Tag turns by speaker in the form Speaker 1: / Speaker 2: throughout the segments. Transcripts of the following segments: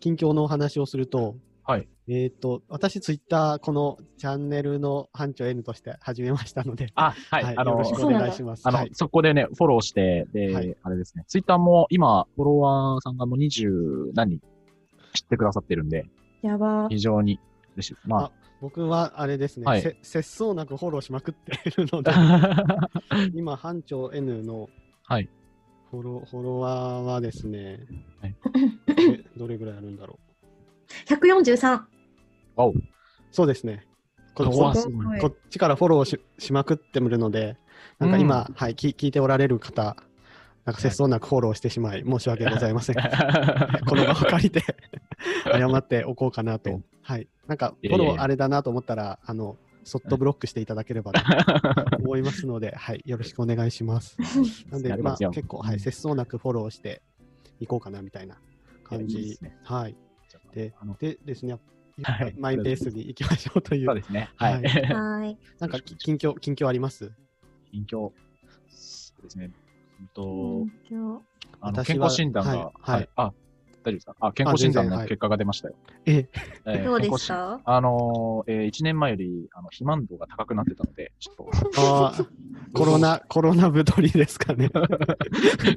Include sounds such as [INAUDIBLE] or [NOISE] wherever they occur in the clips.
Speaker 1: 近況のお話をすると、
Speaker 2: はい。
Speaker 1: えっ、と、私、ツイッター、このチャンネルの班長 N として始めましたので、
Speaker 2: あ、はい。あ
Speaker 1: よ
Speaker 2: の
Speaker 1: ろし、くお願いします。
Speaker 2: あの、
Speaker 1: はい、
Speaker 2: そこでね、フォローして、で、
Speaker 1: はい
Speaker 2: あれですね、ツイッターも今、フォロワーさんがもう20何人知ってくださってるんで、
Speaker 3: やば。
Speaker 2: 非常に嬉しいです。ま
Speaker 1: 僕はあれですね、
Speaker 2: はい
Speaker 1: せ節操なくフォローしまくっているので、
Speaker 2: あ、
Speaker 1: 今、班長 N の
Speaker 2: [LAUGHS] はい
Speaker 1: フォローフォロワーはですね、
Speaker 2: はい
Speaker 1: えどれぐらいあるんだろ
Speaker 3: 143。
Speaker 1: う。そうですね。こ
Speaker 2: う
Speaker 1: こ
Speaker 2: わすごい
Speaker 3: はい
Speaker 1: こっちからフォローししまくってるので、なんか今、はい、き聞いておられる方、なんか節操なくフォローしてしまい、申し訳ございません。 [LAUGHS] こ
Speaker 2: [LAUGHS]
Speaker 1: の場を借りて謝っておこうかなと。はい。なんか、フ
Speaker 2: い
Speaker 1: ォ
Speaker 2: やいやいや
Speaker 1: ローあれだなと思ったら、あの、そっとブロックしていただければと思いますので、はい。よろしくお願いします。なんで
Speaker 2: や、り
Speaker 1: ま
Speaker 2: ま
Speaker 1: あ、
Speaker 2: すよ
Speaker 1: 結構、は
Speaker 2: う
Speaker 1: い。
Speaker 2: ん
Speaker 1: 節操なくフォローしていこうかなみたいない
Speaker 2: や
Speaker 1: 感
Speaker 2: いいで
Speaker 1: じ
Speaker 2: すね。
Speaker 1: はい。で
Speaker 2: あの、
Speaker 1: でですね、
Speaker 2: はい
Speaker 1: マイペースに行きましょうとい
Speaker 2: そう
Speaker 1: う、
Speaker 2: ですね。はい。
Speaker 1: は
Speaker 2: [LAUGHS]
Speaker 3: [LAUGHS] はい。
Speaker 1: なんか、き近況、近況あります
Speaker 2: 近況。そうですね。うんと
Speaker 3: 勉、強
Speaker 2: あの
Speaker 1: 私は
Speaker 2: 健康診断が、
Speaker 1: はいはい
Speaker 2: あ、大丈夫ですかあ、健康診断
Speaker 1: あ全然
Speaker 2: の
Speaker 1: はい
Speaker 2: 結果が出ましたよ。
Speaker 1: え
Speaker 2: えー
Speaker 3: どうで
Speaker 2: 健康
Speaker 3: し
Speaker 2: 診
Speaker 3: た
Speaker 2: あのーえー、1年前より、あの、肥満度が高くなってたので、ちょっと、
Speaker 1: あー [LAUGHS] コロ
Speaker 2: [LAUGHS]
Speaker 1: ナ、コロナ太りですかね。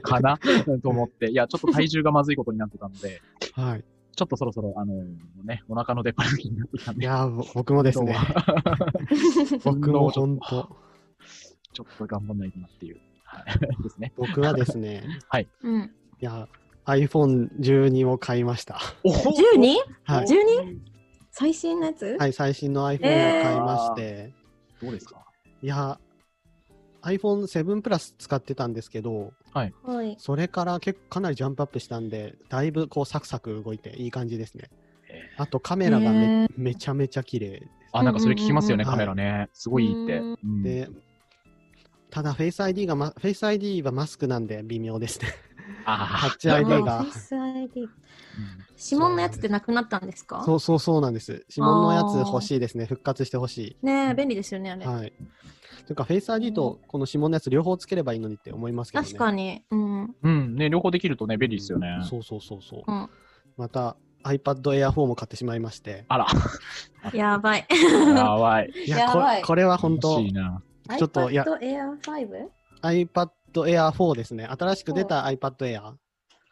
Speaker 2: かな [LAUGHS] と思って、いや、ちょっと体重がまずいことになってたので、
Speaker 1: はい。
Speaker 2: ちょっとそろそろ、あのーね、お腹の出っ張りになってきたん
Speaker 1: い
Speaker 2: で、
Speaker 1: やー、ぼ僕もですね。僕も本当。
Speaker 2: ちょっと頑張んないとなっていう、はい、 [LAUGHS] ですね。
Speaker 1: 僕はですね、
Speaker 3: うん。
Speaker 1: いや、iPhone12 を買いました。
Speaker 2: お
Speaker 3: 12?12?
Speaker 1: はい。
Speaker 3: 最新のやつ
Speaker 1: はい、最新の iPhone を買いまして、
Speaker 2: どうですか
Speaker 1: いや、iPhone7 プラス使ってたんですけど、
Speaker 3: はい。
Speaker 1: それから結構かなりジャンプアップしたんで、だいぶこうサクサク動いていい感じですね
Speaker 2: え。
Speaker 1: あとカメラがめ,、
Speaker 3: へー
Speaker 1: めちゃめちゃ綺麗
Speaker 2: あ、なんかそれ聞きますよね、
Speaker 1: うんう
Speaker 2: カ
Speaker 1: んうん
Speaker 2: メラね。すごいいいって。
Speaker 3: うん
Speaker 2: うん
Speaker 1: で、ただ Face ID が、ま、Face ID はマスクなんで微妙ですね。タ
Speaker 2: あ
Speaker 1: ッチ ID
Speaker 3: あ
Speaker 1: が
Speaker 3: ー。Face ID
Speaker 2: ー
Speaker 3: 指紋のやつってなくなったんですか
Speaker 1: そうそうそうなんです。指紋のやつ欲しいですね。復活してほしい。
Speaker 3: ねえ、便利ですよね、あれ。
Speaker 1: はい。というか、フェイス ID とこの指紋のやつ両方つければいいのにって思いますけどね。
Speaker 3: 確かに。うん。
Speaker 2: うん、ね、両方できるとね、便利ですよね。
Speaker 1: そうそうそうそう。
Speaker 3: うん
Speaker 1: また、iPad Air 4も買ってしまいまして。
Speaker 2: あら、
Speaker 3: やばい。
Speaker 2: やばい。
Speaker 1: いや、
Speaker 3: や
Speaker 1: こ
Speaker 3: ば
Speaker 1: れ
Speaker 3: い
Speaker 1: これは本当
Speaker 2: 欲しい、な。
Speaker 3: [LAUGHS]
Speaker 1: ちょっといや
Speaker 3: iPad Air 5?
Speaker 1: iPad Air 4ですね。新しく出た iPad
Speaker 3: う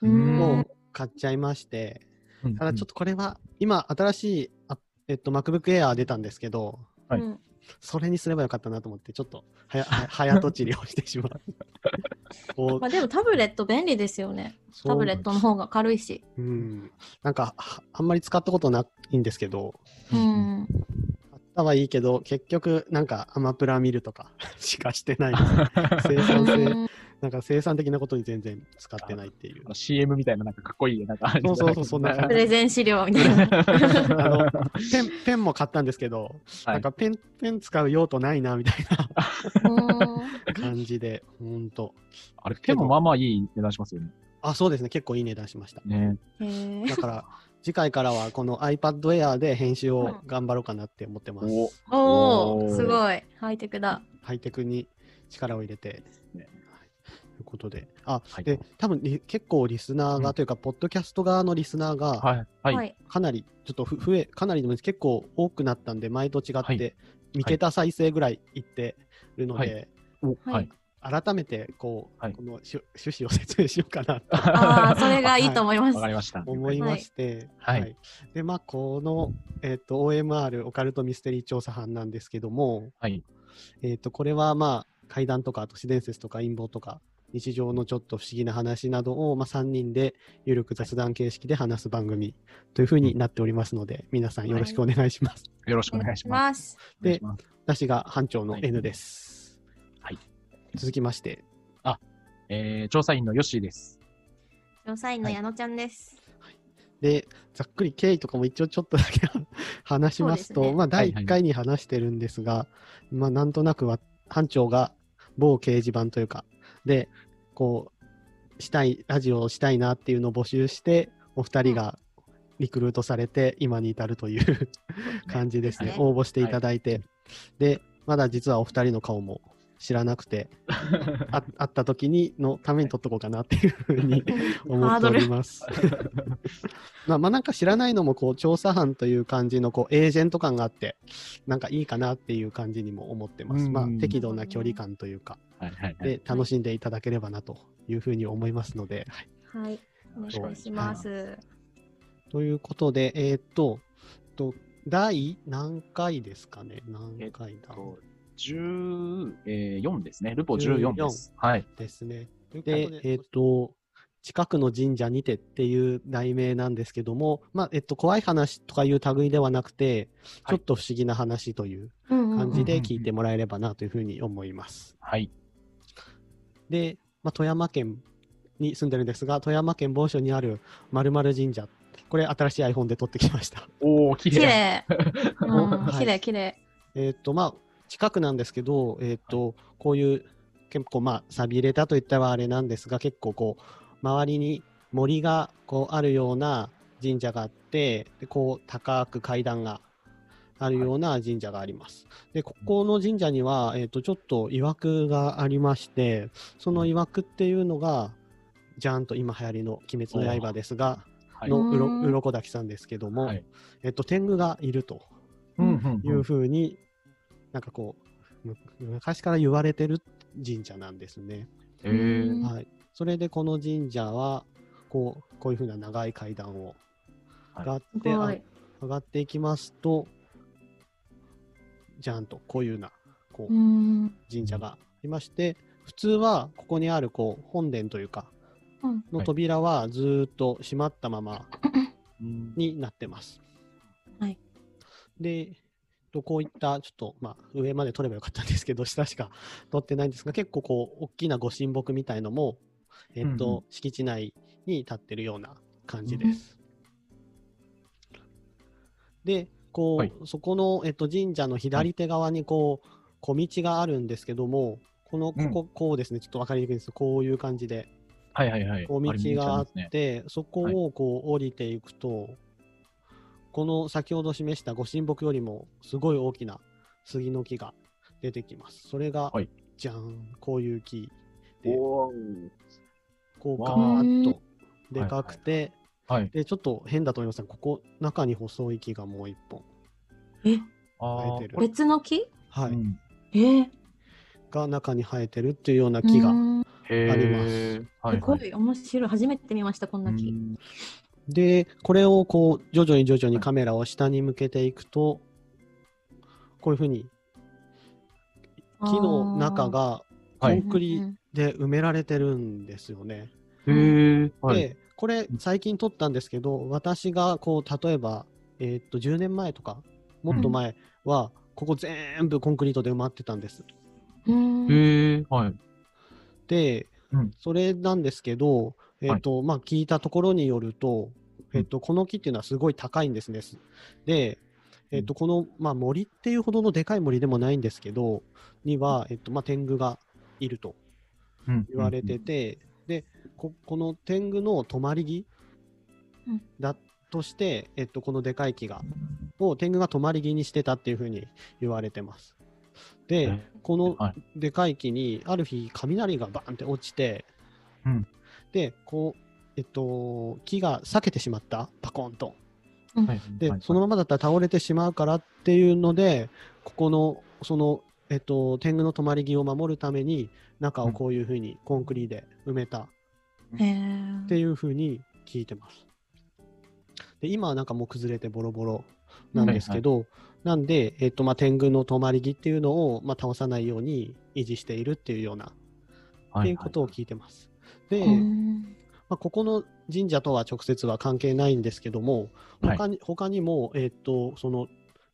Speaker 1: Air
Speaker 3: ん
Speaker 1: を。買っちゃいまして。
Speaker 2: うん
Speaker 1: ただ、ちょっとこれは、今、新しい、あえっと、MacBook Air 出たんですけど、
Speaker 2: はい
Speaker 3: うん
Speaker 1: それにすればよかったなと思って、ちょっと
Speaker 3: [LAUGHS]
Speaker 1: はや、は早とちりをしてしまう。こう
Speaker 3: まあでもタブレット便利ですよね。
Speaker 1: そう
Speaker 3: タブレットの方が軽いし。
Speaker 1: うん、なんかはあんまり使ったことないんですけど
Speaker 2: う
Speaker 3: うんん。
Speaker 1: 買ったはいいけど結局なんかアマプラ見ると
Speaker 2: [LAUGHS]
Speaker 1: かしかしてない生産性
Speaker 3: うん
Speaker 1: なんか生産的なことに全然使ってないっていう
Speaker 2: あの CM みたいな、なんかかっこいい、なんか。
Speaker 1: そうそうそうそんな感
Speaker 3: プ
Speaker 1: じ
Speaker 3: レゼン資料みたいな。
Speaker 1: [LAUGHS]
Speaker 2: [LAUGHS]
Speaker 1: あのペンペンも買ったんですけど、
Speaker 2: はい
Speaker 1: なんかペンペン使う用途ないなみたい
Speaker 3: うん
Speaker 1: な感じでほんと
Speaker 2: あれ、手もまあまあいい値段しますよね。
Speaker 1: あそうですね結構いい値段しました
Speaker 2: ね。
Speaker 3: へえ
Speaker 1: だから次回からはこの iPad Air で編集を頑張ろうかなって思ってます、
Speaker 2: お
Speaker 3: お
Speaker 2: おー
Speaker 3: お、すごい。ハイテクだ。
Speaker 1: ハイテクに力を入れて。
Speaker 2: ね
Speaker 1: はいということで、あ、
Speaker 2: はい
Speaker 1: で、多分リ結構リスナーが、というか、ポッドキャスト側のリスナーが、
Speaker 2: はい。はい。 [LAUGHS]
Speaker 3: はい。
Speaker 1: かなり、ちょっとふ増え、かなりでも結構多くなったんで、前と違っ
Speaker 2: は
Speaker 1: て
Speaker 2: い、
Speaker 1: 3桁再生ぐらいいってるので、
Speaker 2: おはい。
Speaker 1: 改めて、こう、
Speaker 2: はい
Speaker 1: このしゅ [LAUGHS] 趣旨を説明しようかなと
Speaker 3: ああ、それがいいと思いま
Speaker 2: [LAUGHS] わ
Speaker 3: す
Speaker 2: か。りました。
Speaker 1: 思いまして、
Speaker 2: [LAUGHS] はい
Speaker 1: で、まあ、この、えっ、と、OMR、オカルトミステリー調査班なんですけども、
Speaker 2: はい。
Speaker 1: えっとこれはまあ怪談とか都市伝説とか陰謀とか日常のちょっと不思議な話などを、まあ、3人でゆるく雑談形式で話す番組というふうになっておりますので皆さんよろしくお願いします。
Speaker 2: よろしくお願いします。
Speaker 3: ます。
Speaker 2: お願いします
Speaker 1: 私が班長の
Speaker 2: はい
Speaker 1: N です。
Speaker 2: はい
Speaker 1: 続きまして、
Speaker 2: えー、調査員のヨッシー
Speaker 1: [LAUGHS]
Speaker 2: です。
Speaker 3: 調査員の矢野ちゃんです。
Speaker 1: でざっくり経緯とかも一応ちょっとだけ [LAUGHS] 話します
Speaker 3: そう
Speaker 1: と
Speaker 3: ですね
Speaker 1: まあ、第
Speaker 2: はいは
Speaker 1: 1
Speaker 2: い
Speaker 1: 回に話してるんですが、まあ、なんとなくは班長が某掲示板というかでこうしたいラジオをしたいなっていうのを募集してお二人がリクルートされて今に至るという [LAUGHS] 感じですね
Speaker 3: ですね
Speaker 1: 応募していただいて、でまだ実はお二人の顔も知らなくて、あ [LAUGHS] 会った時にのために撮っとこうかなっていうふうに思っております。 [LAUGHS] まあまあなんか知らないのもこう調査班という感じのこうエージェント感があってなんかいいかなっていう感じにも思ってます。
Speaker 2: うん
Speaker 1: まあ適度な距離感というか
Speaker 2: はいはいはい。
Speaker 1: で楽しんでいただければなというふうに思いますので。はい
Speaker 3: はい。お願いします。
Speaker 1: ということでえーっとと第何回ですかね何回だ
Speaker 2: と14ですね。ルポ14です。はい。
Speaker 1: ですね。
Speaker 4: ということ
Speaker 1: で、えっ、と、近くの神社にてっていう題名なんですけども、まあ、えっと、怖い話とかいう類ではなくて、
Speaker 2: はい
Speaker 1: ちょっと不思議な話という
Speaker 3: うんうん
Speaker 1: 感
Speaker 3: う
Speaker 1: じ
Speaker 3: ん
Speaker 1: で聞いてもらえればなというふうに思います。
Speaker 2: はい。
Speaker 1: で、まあ、富山県に住んでるんですが、富山県某所にある〇〇神社。これ、新しい iPhone で撮ってきました。
Speaker 2: おー、綺
Speaker 3: 綺
Speaker 2: 麗。
Speaker 3: 麗。
Speaker 2: [LAUGHS]
Speaker 3: うん
Speaker 1: はい
Speaker 3: 綺麗綺麗。
Speaker 1: えっと、まあ、近くなんですけど、えっと、こういう、結構、まあ、錆びれたといったらあれなんですが、結構こう、周りに森がこうあるような神社があって、でこう、高く階段があるような神社があります。で、ここの神社には、えっと、ちょっと曰くがありまして、その曰くっていうのが、じゃんと今流行りの鬼滅の刃ですが、
Speaker 2: はい。
Speaker 1: のうろ
Speaker 3: うん
Speaker 1: うろこだきさんですけども、
Speaker 2: はい
Speaker 1: えっと、天狗がいると。
Speaker 2: うんうん
Speaker 1: いうふうに、なんかこう、む昔から言われてる神社なんですね。
Speaker 2: へー
Speaker 3: うん
Speaker 1: はい。それでこの神社は、こう、こういうふうな長い階段を
Speaker 2: はい
Speaker 1: 上がっ
Speaker 3: す
Speaker 1: て、
Speaker 3: ごい。
Speaker 1: あ上がっていきますと、じゃんと、こういうような、こ
Speaker 3: う。
Speaker 1: うん神社がありまして、普通はここにある、こう、本殿というか、
Speaker 3: うん
Speaker 1: の扉はずーっと閉まったまま
Speaker 2: うん
Speaker 1: になってます。
Speaker 3: はい。
Speaker 1: で、とこういった、ちょっと、まあ、上まで取ればよかったんですけど、下しか取ってないんですが、結構こう、大きなご神木みたいのも、えっ
Speaker 2: うんう
Speaker 1: と、敷地内に立ってるような感じです。で、こう、
Speaker 2: はい
Speaker 1: そこの、えっと、神社の左手側に、こう、小道があるんですけども、この、
Speaker 2: うん
Speaker 1: ここ、こうですね、ちょっとわかりにくいんですけど、こういう感じで、
Speaker 2: はいはいはい。
Speaker 1: こう道があっ
Speaker 2: ね。
Speaker 1: て、そこをこう降りていくと、この先ほど示したご神木よりもすごい大きな杉の木が出てきます。それが、
Speaker 2: はい
Speaker 1: じゃーん、こういう木、
Speaker 2: おー
Speaker 1: こう
Speaker 2: わ
Speaker 1: ガー
Speaker 2: ー
Speaker 1: ッとでかくて、
Speaker 2: はい。
Speaker 1: で、ちょっと変だと思いますが、ここ、中に細い木がもう一本、
Speaker 3: え、
Speaker 1: 生
Speaker 2: あ
Speaker 1: えて
Speaker 2: ー
Speaker 1: る
Speaker 2: これ
Speaker 3: 別の木？
Speaker 1: はい
Speaker 2: うん
Speaker 3: えー、
Speaker 1: が中に生えてるっていうような木が。
Speaker 3: うん
Speaker 2: へー
Speaker 1: あります
Speaker 2: は
Speaker 3: す
Speaker 2: い
Speaker 3: ご
Speaker 2: はい。
Speaker 3: い面白い。初めて見ましたこんな木。
Speaker 2: うん
Speaker 1: で、これをこう、徐々に徐々にカメラを下に向けていくと、こういうふうに木の中がコ
Speaker 2: はい
Speaker 1: ンクリ
Speaker 3: うんうん
Speaker 1: で埋められてるんですよね。
Speaker 2: へーはい。
Speaker 1: で、これ最近撮ったんですけど、私がこう例えば、えーっと10年前とかもっと前は、ここ全部コンクリートで埋まってたんです。
Speaker 3: うん。
Speaker 2: へーはい。
Speaker 1: で、
Speaker 2: うん
Speaker 1: それなんですけど、えーっとまあ、聞いたところによると、えーっとこの木っていうのはすごい高いんですね。で、えーっとこの、まあ、森っていうほどのでかい森でもないんですけど、には、えーっとまあ、天狗がいると。
Speaker 2: うん
Speaker 1: 言われて。て、でここの天狗の止まり木
Speaker 3: うん
Speaker 1: だとして、えっと、このでかい木がを天狗が止まり木にしてたっていうふうに言われてます。
Speaker 2: う
Speaker 1: で
Speaker 2: ん
Speaker 1: この
Speaker 2: はい
Speaker 1: でかい木にある日雷がバンって落ちて、
Speaker 2: うん
Speaker 1: でこうえっと木が裂けてしまったパコンと。
Speaker 2: はい
Speaker 1: で、
Speaker 2: はい
Speaker 1: そのままだったら倒れてしまうからっていうので、ここの、その、えっと、天狗の止まり木を守るために、中をこういうふうにコンクリで埋めた
Speaker 3: へー
Speaker 1: っていうふうに聞いてます。で、今はなんかもう崩れてボロボロなんですけど、なんで、えっと、まあ、天狗の止まり木っていうのを、まあ、倒さないように維持しているっていうような、っ
Speaker 2: は
Speaker 1: ていうことを聞いてます。で、
Speaker 3: うん
Speaker 1: まあ、ここの神社とは直接は関係ないんですけども、
Speaker 2: はい
Speaker 1: 他に,、他にも、えーっとその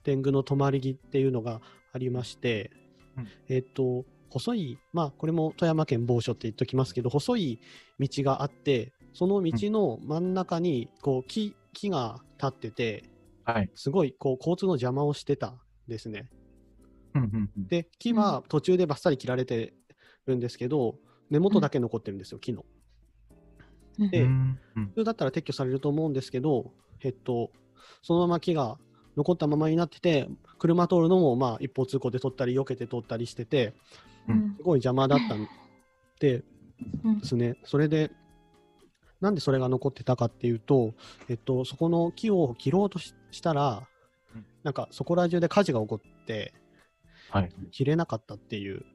Speaker 1: 天狗の止まり木っていうのがありまして、
Speaker 2: うん
Speaker 1: えーっと細い、まあ、これも富山県某所って言っときますけど、細い道があって、その道の真ん中にこう木木が立ってて、
Speaker 2: はい。
Speaker 1: すごいこう交通の邪魔をしてたんですね。
Speaker 2: うんうんうん
Speaker 1: で、木は途中でばっさり切られてるんですけど、根元だけ残ってるんですよ、木の。
Speaker 3: うん
Speaker 1: で
Speaker 2: うんうん
Speaker 1: 普通だったら撤去されると思うんですけど、えっと、そのまま木が残ったままになってて、車通るのもまあ一方通行で通ったり、避けて通ったりしてて、
Speaker 3: うん
Speaker 1: すごい邪魔だったんで
Speaker 3: うん
Speaker 1: ですね、それで、なんでそれが残ってたかっていうと、えっと、そこの木を切ろうとししたら
Speaker 2: うん、
Speaker 1: なんかそこら中で火事が起こって、
Speaker 2: はい。
Speaker 1: 切れなかったっていう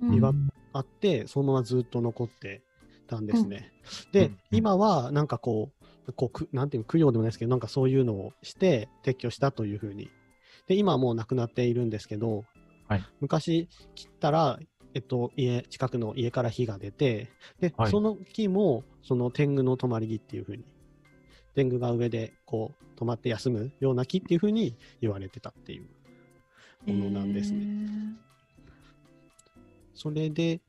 Speaker 3: うん
Speaker 1: いわあって、そのままずっと残ってたんですね。で、
Speaker 2: うん
Speaker 1: 今はなんかこう、こうくなんていうの供養でもないですけど、なんかそういうのをして撤去したというふうに。で、今はもうなくなっているんですけど、
Speaker 2: はい
Speaker 1: 昔切ったら、えっと、家、近くの家から火が出て、で、
Speaker 2: はい
Speaker 1: その木も、その天狗の止まり木っていうふうに、天狗が上でこう止まって休むような木っていうふうに言われてたっていうものなんですね。それで、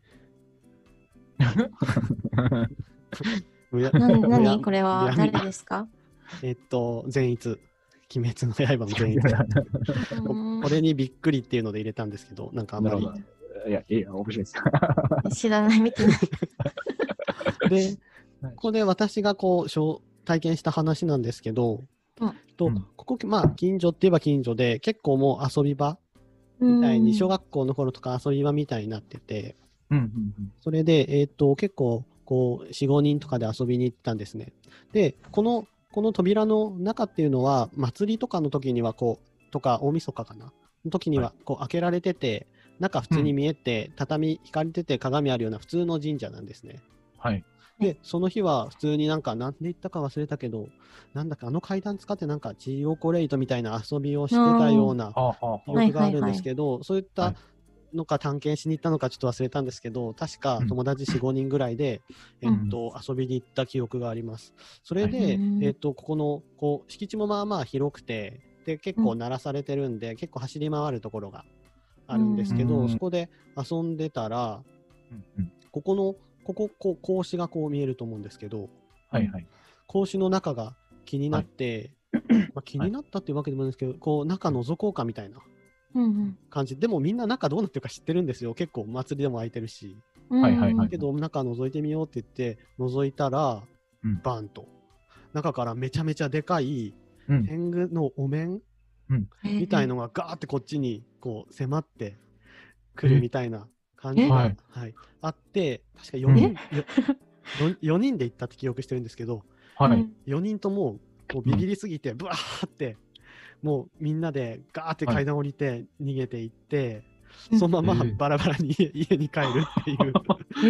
Speaker 1: むや
Speaker 3: えーな
Speaker 1: むや
Speaker 3: 何これは
Speaker 1: むやみ
Speaker 3: 誰ですか
Speaker 1: えっと、善逸。鬼滅の刃の善逸。
Speaker 3: [LAUGHS] うん
Speaker 1: これにびっくりっていうので入れたんですけど、なんかあんま
Speaker 2: なる
Speaker 1: り
Speaker 2: ほ。いや、いや、面白いです。
Speaker 3: 知らない、見てない。
Speaker 1: で、こ
Speaker 2: はい
Speaker 1: こで私がこうしょう、体験した話なんですけど、
Speaker 3: うん
Speaker 1: と
Speaker 2: うん
Speaker 1: ここ、まあ、近所って言えば近所で、結構もう遊び場 [LAUGHS] みたいに、小学校の頃とか遊び場みたいになってて、
Speaker 2: うんうん
Speaker 1: それで、えっと、結構、こう、4、5人とかで遊びに行ってたんですね。で、この、この扉の中っていうのは、祭りとかの時には、こう、とか、大晦日かな、の時には、こう、開けられてて、中普通に見えて、畳引かれてて、鏡あるような普通の神社なんですね。
Speaker 2: はい。
Speaker 1: で、その日は普通になんか、なんで行ったか忘れたけど、なんだっけ、あの階段使ってなんか、ジオコレイトみたいな遊びをしてたような
Speaker 2: ああ、ああ、
Speaker 1: 記憶があるんですけど、そういっ
Speaker 2: は
Speaker 1: た
Speaker 2: い
Speaker 1: のか探検しに行ったのかちょっと忘れたんですけど、確か
Speaker 2: うん
Speaker 1: 友達4、5人ぐらいで、
Speaker 3: うん
Speaker 1: えっと、遊びに行った記憶があります。それで、
Speaker 3: はいうん
Speaker 1: えっと、ここの、こう、敷地もまあまあ広くて、で、結構鳴らされてるんで、結構走り回るところがあるんですけど、
Speaker 2: うん
Speaker 1: そこで遊んでたら、
Speaker 2: うんうん
Speaker 1: ここの、ここ、こう、格子がこう見えると思うんですけど、
Speaker 2: はいはい。
Speaker 1: 格子の中が気になって、まあ、気になったっていうわけでもないんですけど、こう、中覗こうかみたいな。
Speaker 3: うん
Speaker 1: 感じでもみんな中どうなってるか知ってるんですよ結構祭りでも空いてるし
Speaker 3: うん
Speaker 2: はいはいはい
Speaker 1: けど中覗いてみようって言って覗いたら、
Speaker 2: うん
Speaker 1: バンと中からめちゃめちゃでかい
Speaker 2: うん
Speaker 1: 天狗のお面みたいのがガーってこっちにこう迫ってくるみたいな感じが、
Speaker 2: はい
Speaker 1: はいあって確か4人、よ4人で行ったって記憶してるんですけど
Speaker 2: は
Speaker 3: う
Speaker 2: い。
Speaker 3: ん
Speaker 1: 4人ともこうビビりすぎてブワーってもうみんなでガーって階段降りて逃げていって。
Speaker 3: うん
Speaker 1: そのまま
Speaker 2: ええ
Speaker 1: バラバラに [LAUGHS] 家家に帰るって
Speaker 3: [LAUGHS]
Speaker 1: いう
Speaker 3: へ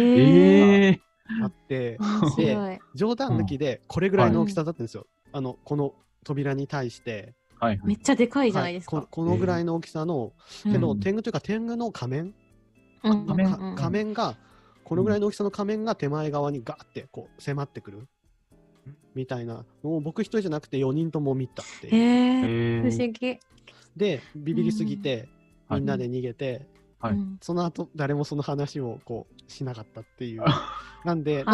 Speaker 2: え
Speaker 3: え
Speaker 2: え。
Speaker 1: あって
Speaker 3: 面白い
Speaker 1: 冗談抜きでこれぐらいの大きさだったんですよ、あのこの扉に対して
Speaker 2: はいは
Speaker 3: めっ
Speaker 2: い。
Speaker 3: ちゃでかいじゃないです
Speaker 1: は
Speaker 3: か
Speaker 1: こ。このぐらいの大きさの、
Speaker 3: うん
Speaker 1: けど
Speaker 2: うん
Speaker 1: 天狗というか天狗の仮面、
Speaker 3: うん
Speaker 2: 仮面
Speaker 1: か仮面がこのぐらいの大きさの仮面が手前側にガーってこう迫ってくる
Speaker 2: うん
Speaker 1: みたいなのを僕一人じゃなくて4人とも見たっていう、
Speaker 3: へえ
Speaker 2: え
Speaker 3: 不思議。
Speaker 1: でビビりすぎて、
Speaker 2: うん
Speaker 1: みんなで逃げて、
Speaker 2: はい
Speaker 3: うん
Speaker 1: その後誰もその話をこうしなかったっていうなんでなんか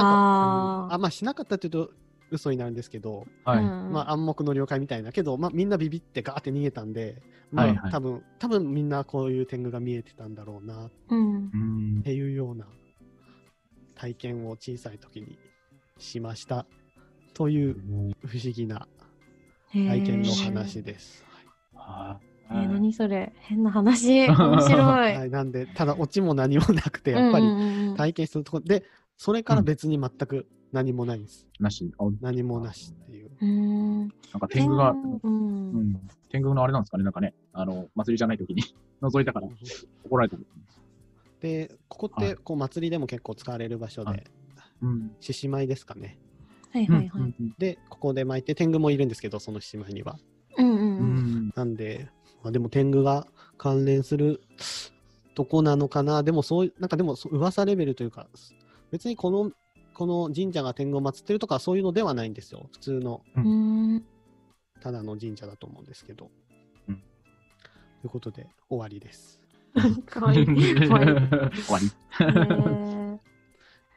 Speaker 3: あー
Speaker 1: あまあしなかったっていうと嘘になるんですけど、
Speaker 2: はい。
Speaker 3: うん
Speaker 1: まあ、暗黙の了解みたいなけど、まあ、みんなビビってガーって逃げたんで、まあ
Speaker 2: はいはい
Speaker 1: 多分多分みんなこういう天狗が見えてたんだろうなっ
Speaker 3: うん
Speaker 2: うん。
Speaker 1: ていうような体験を小さい時にしましたという不思議な体験の話です。
Speaker 2: あ
Speaker 3: へーえー何それ変な
Speaker 2: [LAUGHS]
Speaker 3: 話面白い
Speaker 1: はい、なんでただオチも何もなくてやっぱ
Speaker 3: う
Speaker 1: り
Speaker 3: んうんうん
Speaker 1: 体験するところでそれから別に全く何もないんです。
Speaker 2: なし。あ
Speaker 1: 何もなしっていう。
Speaker 3: うん
Speaker 2: なんか天狗が、
Speaker 3: うん
Speaker 2: うん天狗のあれなんですかね、なんかね、あの、祭りじゃない時に [LAUGHS] 覗いたから怒られた。
Speaker 1: で、ここっ
Speaker 2: は
Speaker 1: て
Speaker 2: い
Speaker 1: こう祭りでも結構使われる場所
Speaker 2: は
Speaker 1: で
Speaker 2: い、うん。
Speaker 1: 獅子舞ですかね。
Speaker 3: はい
Speaker 2: うん
Speaker 3: はいはい。
Speaker 1: で、ここで巻いて、天狗もいるんですけど、その獅子舞には。
Speaker 3: うんう
Speaker 2: うん
Speaker 3: うん
Speaker 2: ん。
Speaker 1: なんで、まあ、でも天狗が関連するとこなのかな。でもそういう、なんかでもそう噂レベルというか、別にこの、この神社が天狗を祀ってるとかそういうのではないんですよ。普通の、
Speaker 2: うん
Speaker 3: うん
Speaker 1: ただの神社だと思うんですけど。
Speaker 2: うん
Speaker 1: ということで、終わりです。
Speaker 3: かわいい。か
Speaker 2: [LAUGHS]
Speaker 3: わいいね
Speaker 2: 終わり。
Speaker 3: ー
Speaker 1: と
Speaker 2: 面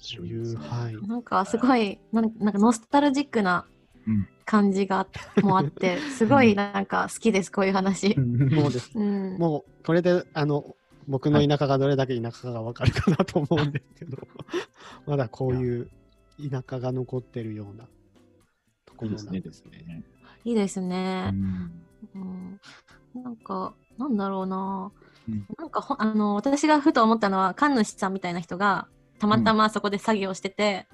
Speaker 2: 白い
Speaker 1: い
Speaker 2: です
Speaker 1: う、
Speaker 2: ね
Speaker 1: はい。
Speaker 3: なんかすごいなんなんかノスタルジックな
Speaker 2: うん
Speaker 3: 感じがもあってすごいなんか好きですこういう話。
Speaker 1: もうです。
Speaker 3: うん
Speaker 1: もうこれであの僕の田舎がどれだけ田舎かが分かるかなと思うんですけど、まだこういう田舎が残ってるようなとこ
Speaker 2: いい
Speaker 1: ろな
Speaker 2: です
Speaker 1: ん
Speaker 2: ね、
Speaker 1: で
Speaker 2: ですす
Speaker 1: ね。
Speaker 2: ね。
Speaker 3: いいです
Speaker 2: う
Speaker 3: ね。
Speaker 2: ん
Speaker 3: うん、なんかなんだろうな
Speaker 2: うん
Speaker 3: なんかほあの私がふと思ったのは神主さんみたいな人がたまたまそこで作業してて、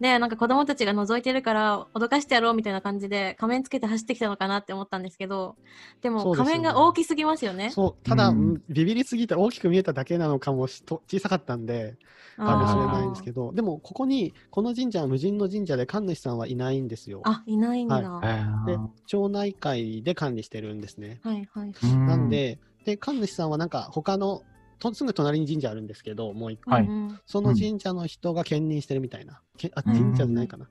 Speaker 3: でなんか子供たちが覗いてるから脅かしてやろうみたいな感じで仮面つけて走ってきたのかなって思ったんですけどで
Speaker 1: そうで
Speaker 3: も
Speaker 1: すよね
Speaker 3: 仮面が大きすぎますよね。
Speaker 1: そう、ただ、
Speaker 2: うん
Speaker 1: うんビビりすぎて大きく見えただけなのかもしと小さかったんで、かもしれないんですけど、でも、ここに、この神社は無人の神社で神主さんはいないんですよ。
Speaker 3: あーあいないんだ。
Speaker 1: は
Speaker 3: はい、
Speaker 1: で、町内会で管理してるんですね。
Speaker 3: はい、はい
Speaker 1: なん、で、で、神主さんはなんか、他の、とすぐ隣に神社あるんですけど、もう一個
Speaker 2: はい
Speaker 3: うん
Speaker 1: その神社の人が兼任してるみたいな。けあ、
Speaker 2: うん
Speaker 1: 神社じゃないかな。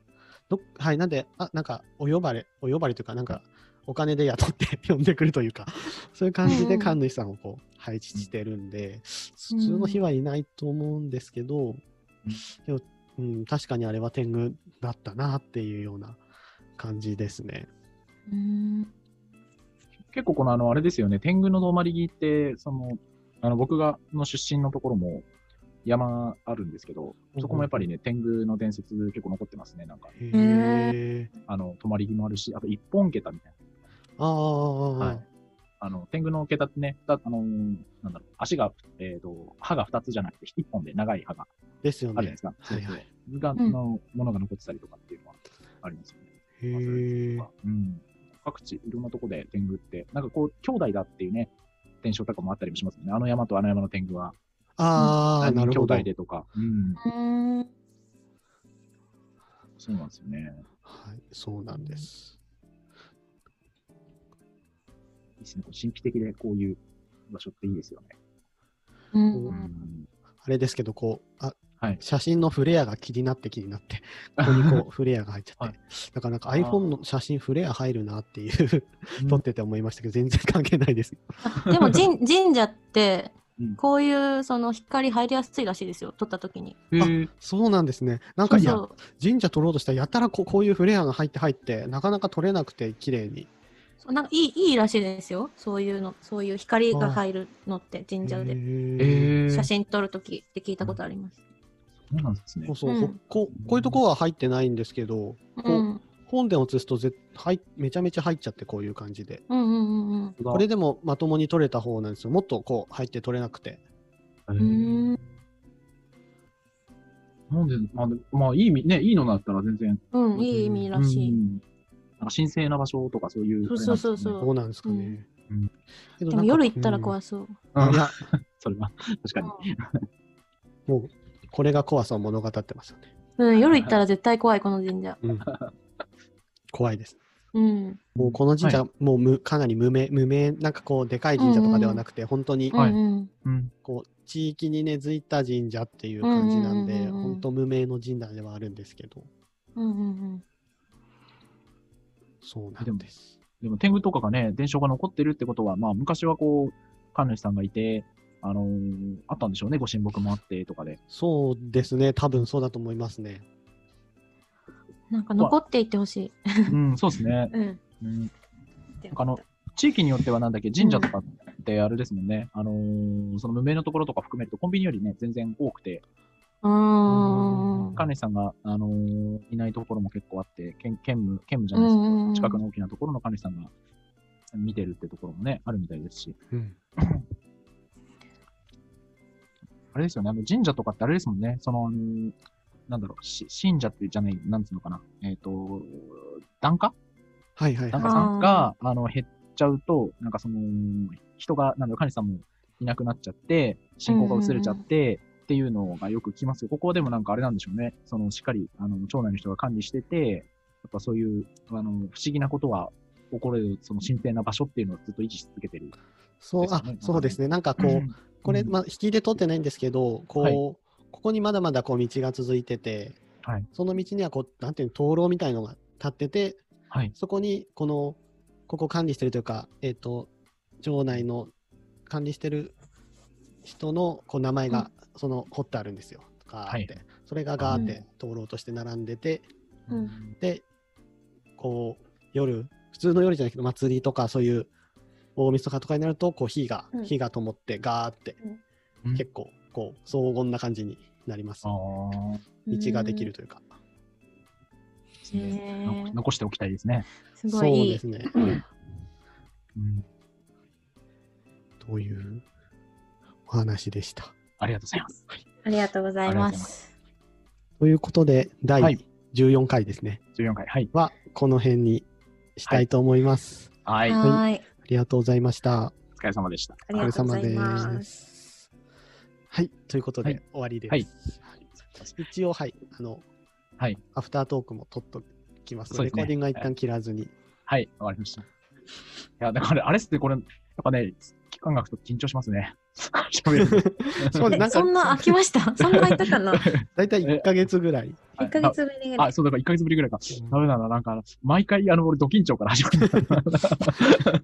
Speaker 1: どっはい、なんで、あ、なんか、お呼ばれ、お呼ばれというか、なんか、お金で雇って [LAUGHS] 呼んでくるというか、そういう感じで
Speaker 3: うん
Speaker 1: 神主さんをこう配置してるんで、普通の日はいないと思うんですけど、でもうん、確かにあれは天狗だったなっていうような感じですね。
Speaker 3: うんうん
Speaker 2: 結構このあの、あれですよね、天狗の遠回りって、その、あの、僕が、の出身のところも山あるんですけど、そこもやっぱりね、天狗の伝説結構残ってますね、なんか。
Speaker 1: へ
Speaker 3: へ
Speaker 1: え。
Speaker 2: あの、泊まり木もあるし、あと一本桁みたい
Speaker 1: ああ、
Speaker 2: な。はい。あの、天狗の桁ってね、ふたあのーなんだろう、足が、えっ、と、歯が二つじゃなくて、一本で長い歯が
Speaker 1: ですよ
Speaker 2: あるじゃない
Speaker 1: ね
Speaker 2: です。か。
Speaker 1: はいはい
Speaker 2: そうそうが、
Speaker 3: うん
Speaker 2: のものが残ってたりとかっていうのはありますよね。
Speaker 1: へ
Speaker 2: まあそういう
Speaker 1: え
Speaker 2: の。とかうん。各地、いろんなとこで天狗って、なんかこう、兄弟だっていうね、伝承とかもあったりもしますよね。あの山とあの山の天狗は、
Speaker 1: ああ、
Speaker 2: 何
Speaker 1: なる
Speaker 2: 人兄
Speaker 1: ほど。
Speaker 2: 弟でとか。うん。
Speaker 3: うん
Speaker 2: そうなんですよね。
Speaker 1: はい、そうなんです。
Speaker 2: いいですね。こう神秘的で、こういう場所っていいですよね。
Speaker 3: うん
Speaker 2: う。
Speaker 1: うんあれですけど、こう、あ、
Speaker 2: はい
Speaker 1: 写真のフレアが気になって気になって、ここにこうフレアが入っちゃ
Speaker 2: は
Speaker 1: っ
Speaker 2: い
Speaker 1: て、だからなんか iPhone の写真フレア入るなっていう、撮ってて思いましたけど、全然関係ないです。
Speaker 3: でも神神社って
Speaker 2: うん
Speaker 3: こういうその光入りやすいらしいですよ撮った時に。
Speaker 2: へー
Speaker 1: そうなんですね。なんか、いや
Speaker 3: そう、そう
Speaker 1: 神社撮ろうとしたら、やたらこうこういうフレアが入って入って、なかなか撮れなくて、綺麗に。
Speaker 3: そうなんかいいいいらしいですよそういうのそういう光が入るのって神社で
Speaker 1: へー
Speaker 2: えー
Speaker 3: 写真撮る時って聞いたことあります。
Speaker 2: そうなんですね
Speaker 1: そう。そう、
Speaker 3: うん
Speaker 1: ほこうこういうとこは入ってないんですけど、
Speaker 3: うん、うん
Speaker 1: 本殿を写すとぜ入っめちゃめちゃ入っちゃって、こういう感じで。
Speaker 3: うんうんうん
Speaker 1: これでもまともに撮れた方なんですよ。もっとこう入って撮れなくて。
Speaker 2: へー
Speaker 3: うん
Speaker 2: なんで、まあ、でまあ、いい意味、ね、いいのだったら全然。
Speaker 3: うんいい意味らし
Speaker 2: う
Speaker 3: い。
Speaker 2: んなんか神聖な場所とかそういう。
Speaker 3: そうそうそうそう
Speaker 2: あれなんです
Speaker 1: そう
Speaker 2: ね
Speaker 1: なんですかね。
Speaker 2: うん
Speaker 1: けど
Speaker 3: で
Speaker 1: なんか
Speaker 3: も夜行ったら
Speaker 1: うん
Speaker 3: 怖そう。
Speaker 2: うん
Speaker 1: いや、
Speaker 2: それは、 [LAUGHS] 確かに。
Speaker 1: もう、これが怖さを物語ってますよね。
Speaker 3: うん、夜行ったら絶対怖いこの神社。
Speaker 1: うん
Speaker 2: [LAUGHS]
Speaker 1: 怖いです。
Speaker 3: うん。
Speaker 1: もうこの神社、もうむかなり無名、無名、なんかこう、でかい神社とかではなくて、本当に、
Speaker 2: はい
Speaker 3: うん
Speaker 2: うん。
Speaker 1: こう、地域に根付いた神社っていう感じなん
Speaker 3: うんうん
Speaker 1: で、
Speaker 3: うんうん
Speaker 1: 本当無名の神社ではあるんですけど、
Speaker 3: うんうんうん
Speaker 1: そうなんです。
Speaker 2: でも、天狗とかがね、伝承が残ってるってことは、まあ、昔はこう、神主さんがいて、あのーあったんでしょうね、ご神木もあってとかで。
Speaker 1: そうですね、多分そうだと思いますね。
Speaker 3: うん。なんか残っていってほしい。
Speaker 2: うん、 [LAUGHS] そうですね。
Speaker 3: うん。
Speaker 2: うんあの地域によってはなんだっけ、神社とかってあれですもんね、あのーその無名のところとか含めると、コンビニよりね、全然多くて、
Speaker 3: うん。
Speaker 2: 神主さんが、あのーいないところも結構あって、兼兼務、兼務じゃ
Speaker 3: う
Speaker 2: ないです
Speaker 3: んうんうん
Speaker 2: 近くの大きなところの神主さんが見てるってところもね、あるみたいですし、
Speaker 1: うん。
Speaker 2: あれですよね、あの神社とかってあれですもんね、その、あのーなんだろう、し信者ってじゃない、なんつうのかな、えっ、と、檀家
Speaker 1: はいはい
Speaker 2: 檀
Speaker 1: はい。
Speaker 2: 家
Speaker 1: あ
Speaker 2: さんが、あの、減っちゃうと、なんかその、人が、なんだろう、神主さんもいなくなっちゃって、信仰が薄れちゃって、っていうのがよく聞きますよここでもなんかあれなんでしょうね。その、しっかり、あの、町内の人が管理してて、やっぱそういう、あの、不思議なことは起こる、その神聖な場所っていうのをずっと維持し続けてる。
Speaker 1: そう、
Speaker 2: です
Speaker 1: あ
Speaker 2: ね、
Speaker 1: そうですね。なんかこう、これ、まあ、引きで取ってないんですけど、こう、
Speaker 2: はい
Speaker 1: ここにまだまだこう道が続いてて、
Speaker 2: はい
Speaker 1: その道にはこう、なんていうの、灯籠みたいのが立ってて、
Speaker 2: はい。
Speaker 1: そこに、この、ここ管理してるというか、えっ、と、町内の管理してる人のこう名前が、その、彫ってあるんですよ。ガーって。それがガーっ
Speaker 3: う
Speaker 1: て灯籠として並んでて、
Speaker 3: うん
Speaker 1: で、こう、夜、普通の夜じゃないけど、祭りとか、そういう、大晦日とかになると、こう、火が、
Speaker 3: うん
Speaker 1: 火が灯って、ガーって
Speaker 2: うん
Speaker 1: 結構こう荘厳な感じになります。
Speaker 2: あ
Speaker 1: 道
Speaker 2: ー
Speaker 1: ができる。というか。
Speaker 2: ですね
Speaker 3: へー
Speaker 2: 残残しておきたいですね。
Speaker 3: す
Speaker 1: そ
Speaker 3: ご
Speaker 1: う
Speaker 3: いい
Speaker 1: で
Speaker 3: い
Speaker 1: す。ね。
Speaker 2: うん
Speaker 1: というお話でした。
Speaker 2: ありがとうございます。
Speaker 3: ありがとうございま。
Speaker 2: ありがとうございます
Speaker 1: ということで、
Speaker 2: は
Speaker 1: 第
Speaker 2: い
Speaker 1: 14回ですね。
Speaker 2: 14回。はい。
Speaker 1: は、この辺にしたいと思います。
Speaker 2: は。
Speaker 3: はいい
Speaker 2: お
Speaker 3: はい。
Speaker 1: ありがとうございました。
Speaker 2: 疲れ様でした。
Speaker 3: あ
Speaker 1: お
Speaker 3: り
Speaker 1: 疲れ
Speaker 3: がとうご
Speaker 1: 様
Speaker 3: ざいま。
Speaker 1: ですす。はい、ということで、
Speaker 2: はい
Speaker 1: 終わりです。
Speaker 2: はい
Speaker 1: はい一応、はい、あの、
Speaker 2: はい
Speaker 1: アフタートークも取っときますの
Speaker 2: そう
Speaker 1: で、
Speaker 2: ですね
Speaker 1: レコーディングは一旦切らずに。
Speaker 2: はい。わかりました。いや、だから、あれっすね、これ、やっぱね、期間が空くと緊張しますね。 [LAUGHS] 喋
Speaker 3: [LAUGHS]
Speaker 2: るの
Speaker 1: そうです、なん
Speaker 3: そ
Speaker 1: か、
Speaker 3: んな飽き
Speaker 1: [LAUGHS]
Speaker 3: ました。そんな空いたかな。
Speaker 1: だいたい1ヶ月ぐらい。
Speaker 2: はい
Speaker 3: 一ヶ月ぶりぐら
Speaker 2: あ、
Speaker 3: い。
Speaker 2: そう、だから1ヶ月ぶりぐらいか。ダメだな、なんか、毎回、あの、俺、ド緊張から始まる。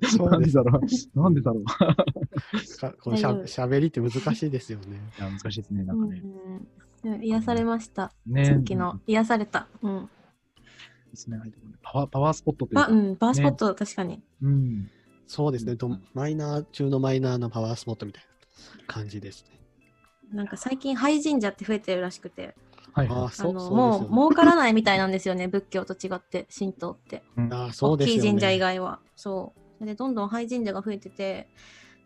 Speaker 1: そう
Speaker 2: なん
Speaker 1: で
Speaker 2: ですだろう。なんでだろう。い
Speaker 1: かこのしゃしゃべりって難しいですよね。
Speaker 2: や、難しいですね、な
Speaker 3: うん
Speaker 2: かね。
Speaker 3: んうん癒されました。
Speaker 2: ね
Speaker 3: さっきの癒された。うん。
Speaker 2: ですね。パワー、パワースポットという
Speaker 3: あ、
Speaker 2: か
Speaker 3: う。ん。バースポット、確かに。
Speaker 2: うん。
Speaker 1: そうですね、ど
Speaker 2: うん
Speaker 1: マイナー中のマイナーなパワースポットみたいな感じですね。
Speaker 3: なんか最近、廃神社って増えてるらしくて、
Speaker 2: はい。
Speaker 1: あ
Speaker 2: は
Speaker 1: あ、
Speaker 2: い
Speaker 3: あ
Speaker 1: そう
Speaker 3: の
Speaker 1: そう
Speaker 3: も
Speaker 1: です
Speaker 3: う
Speaker 1: よね。
Speaker 3: 儲からないみたいなんですよね、仏教と違って、神道って。
Speaker 2: うん
Speaker 1: ああ、そうです
Speaker 3: 大
Speaker 1: よ
Speaker 3: きい
Speaker 1: ね。
Speaker 3: 神社以外は。そう。それで、どんどん廃神社が増えてて、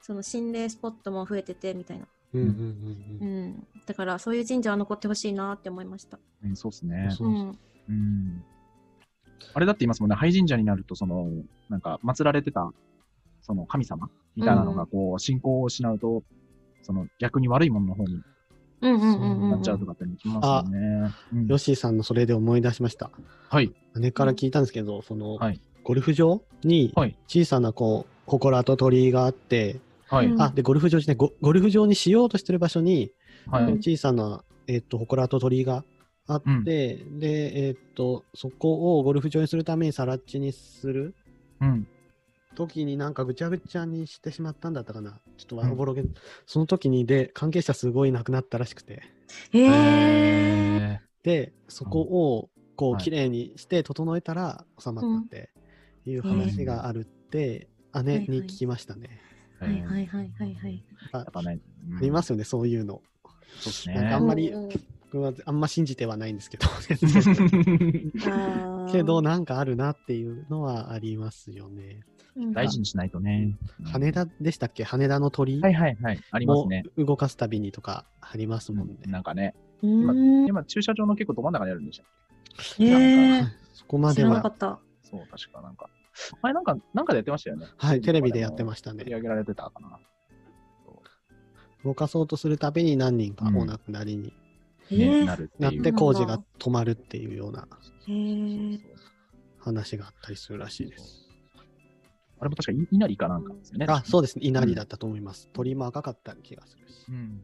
Speaker 3: その心霊スポットも増えててみたいな。
Speaker 1: うんうんう
Speaker 3: うんん。だから、そういう神社は残ってほしいなって思いました。。
Speaker 2: うんそうです
Speaker 1: うん。
Speaker 2: ね。
Speaker 1: そううん
Speaker 2: うん。あれだって言いますもんね、廃神社になると、その、なんか、祀られてた、その神様みたいなの
Speaker 3: う
Speaker 2: が、こう、信仰を失うと、その、逆に悪いものの方に
Speaker 3: うんうんうんうん
Speaker 2: な
Speaker 3: う
Speaker 2: っ
Speaker 3: ん。
Speaker 2: ちゃうとかって聞きますよね。うん
Speaker 1: ヨッシーさんのそれで思い出しました。
Speaker 2: はい。
Speaker 1: 姉から聞いたんですけど、その、
Speaker 2: はい
Speaker 1: ゴルフ場に
Speaker 2: はい
Speaker 1: 小さなこう、祠と鳥居があって、
Speaker 2: はい。
Speaker 3: うん
Speaker 1: あ、で、ゴルフ場じゃないゴ、ゴルフ場にしようとしてる場所に、
Speaker 2: は
Speaker 3: う
Speaker 2: い
Speaker 3: ん。
Speaker 1: 小さな、えっと、祠と鳥居があって、
Speaker 2: うん
Speaker 1: で、えっと、そこをゴルフ場にするためにさら地にする
Speaker 2: うん。
Speaker 1: 時になんかぐちゃぐちゃにしてしまったんだったかな。ちょっとわ
Speaker 2: うん
Speaker 1: おぼろげ、その時にで、関係者すごい亡くなったらしくて。
Speaker 3: へえ。
Speaker 2: え
Speaker 1: で、そこをこう
Speaker 2: はい
Speaker 1: 綺麗にして整えたら収まったっていう話があるって、姉に聞きましたね。
Speaker 2: ー
Speaker 3: はいはいはいはいはい。
Speaker 1: あ
Speaker 2: やっぱね、うん
Speaker 1: ありますよね、そういうの。
Speaker 2: そうです
Speaker 1: なんかあ
Speaker 2: ね
Speaker 1: ん。まり
Speaker 3: うんうん
Speaker 1: 僕はあんま信じてはないんですけ
Speaker 2: [LAUGHS]
Speaker 1: ど、全然
Speaker 3: あー
Speaker 1: けど、なんかあるなっていうのはありますよね。
Speaker 3: うん
Speaker 2: 大事にしないとね。
Speaker 1: 羽田でしたっけ羽田の鳥
Speaker 2: はいはいはい。あります
Speaker 1: も
Speaker 2: ね。
Speaker 1: 動かすたびにとかありますもんね。
Speaker 2: なんかね、
Speaker 3: うーん
Speaker 2: 今、駐車場の結構ど真ん中にあるんでしたっ
Speaker 3: へえ
Speaker 1: そこま
Speaker 3: 知
Speaker 1: で
Speaker 3: らなか
Speaker 1: は、
Speaker 3: った。
Speaker 2: けそう、確かなんか。あれ、なんか、なんかでやってましたよね。
Speaker 1: はい、テレビでやってま
Speaker 2: し
Speaker 1: した
Speaker 2: 取り
Speaker 1: ね。
Speaker 2: 上げられてたかな。
Speaker 1: 動かそうとするたびに何人かお亡くなりに
Speaker 3: え
Speaker 2: ね
Speaker 3: ー
Speaker 2: なるって
Speaker 1: なっ
Speaker 2: いう。
Speaker 1: て、工事が止まるっていうような
Speaker 3: へー
Speaker 1: 話があったりするらしいです。
Speaker 2: あれも確かい稲荷かなんかですよね。
Speaker 1: あ、そうですね。稲荷だったと思います。鳥も赤かった気がするし。
Speaker 2: うん。